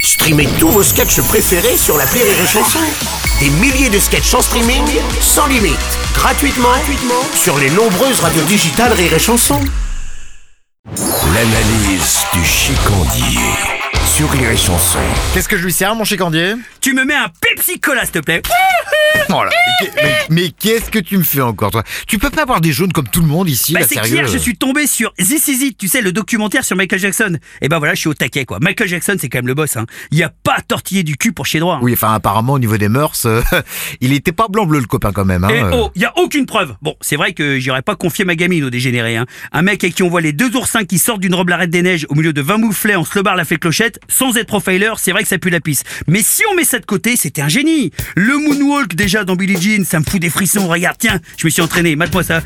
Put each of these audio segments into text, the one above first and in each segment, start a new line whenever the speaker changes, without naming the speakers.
Streamez tous vos sketchs préférés sur la Rire et Chanson. Des milliers de sketchs en streaming, sans limite, gratuitement, gratuitement sur les nombreuses radios digitales Rire et Chanson. L'analyse du chicandier sur Rire et Chanson.
Qu'est-ce que je lui sers, mon chicandier
Tu me mets un Pepsi Cola, s'il te plaît.
Oh là, mais qu'est- mais- Mais qu'est-ce que tu me fais encore, toi Tu peux pas avoir des jaunes comme tout le monde ici,
Bah,
là,
c'est
sérieux euh.
clair, je suis tombé sur This Is It, tu sais, le documentaire sur Michael Jackson. Et ben voilà, je suis au taquet, quoi. Michael Jackson, c'est quand même le boss, hein. Il a pas tortillé du cul pour chez droit. hein.
Oui, enfin, apparemment, au niveau des mœurs, euh, il était pas blanc-bleu, le copain, quand même. hein,
Et
euh.
oh, il y a aucune preuve. Bon, c'est vrai que j'aurais pas confié ma gamine au dégénéré. Hein. Un mec à qui on voit les deux oursins qui sortent d'une robe l'arête des neiges au milieu de 20 mouflets en slobard la fait clochette, sans être profiler, c'est vrai que ça pue la pisse. Mais si on met ça de côté, c'était un génie. Le moonwalk déjà dans Billie Jean, ça me fout des frissons. Regarde, tiens, je me suis entraîné. Mate-moi ça.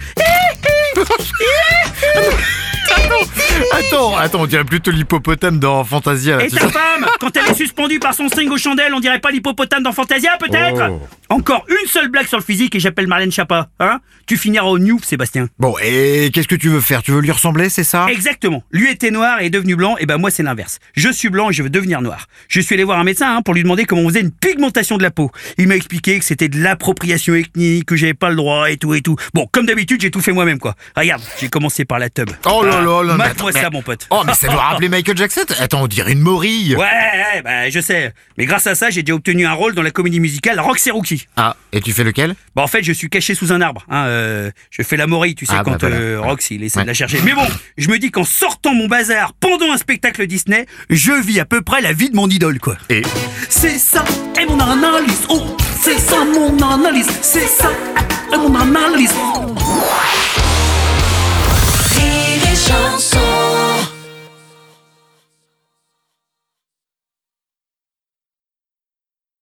Attends, attends, on dirait plutôt l'hippopotame dans Fantasia. là,
Et
tu
ta
sais.
femme, quand elle est suspendue par son string aux chandelles, on dirait pas l'hippopotame dans Fantasia, peut-être
Oh.
Encore une seule blague sur le physique et j'appelle Marlène Chapa. Hein tu finiras au New, Sébastien.
Bon, et qu'est-ce que tu veux faire Tu veux lui ressembler, c'est ça
Exactement. Lui était noir et est devenu blanc, et ben moi c'est l'inverse. Je suis blanc et je veux devenir noir. Je suis allé voir un médecin hein, pour lui demander comment on faisait une pigmentation de la peau. Il m'a expliqué que c'était de l'appropriation ethnique, que j'avais pas le droit et tout et tout. Bon, comme d'habitude, j'ai tout fait moi-même quoi. Regarde, j'ai commencé par la tub.
Oh là là là, mais
Mate-moi
attends,
ça
mais-
mon pote.
Oh, mais ça doit rappeler Michael Jackson Attends, on dirait une morille
Ouais, ouais, bah, je sais. Mais grâce à ça, j'ai déjà obtenu un rôle dans la comédie musicale Roxy Rookie.
Ah, et tu fais lequel
Bah, en fait, je suis caché sous un arbre. hein, euh, je fais la morille, tu sais,
Ah, bah,
quand
voilà.
euh, Rox il essaie
Ouais.
de la chercher. Mais bon, je me dis qu'en sortant mon bazar pendant un spectacle Disney, je vis à peu près la vie de mon idole, quoi.
Et
C'est ça, et mon analyse. Oh, c'est ça mon analyse. C'est ça, et mon analyse.
Rire et chanson